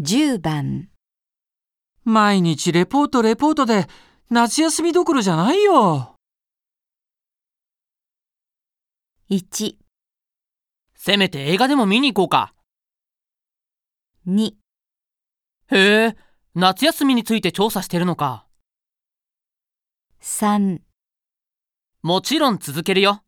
10番毎日レポートレポートで夏休みどころじゃないよ。 1せめて映画でも見に行こうか。 2へえ、夏休みについて調査してるのか。 3もちろん続けるよ。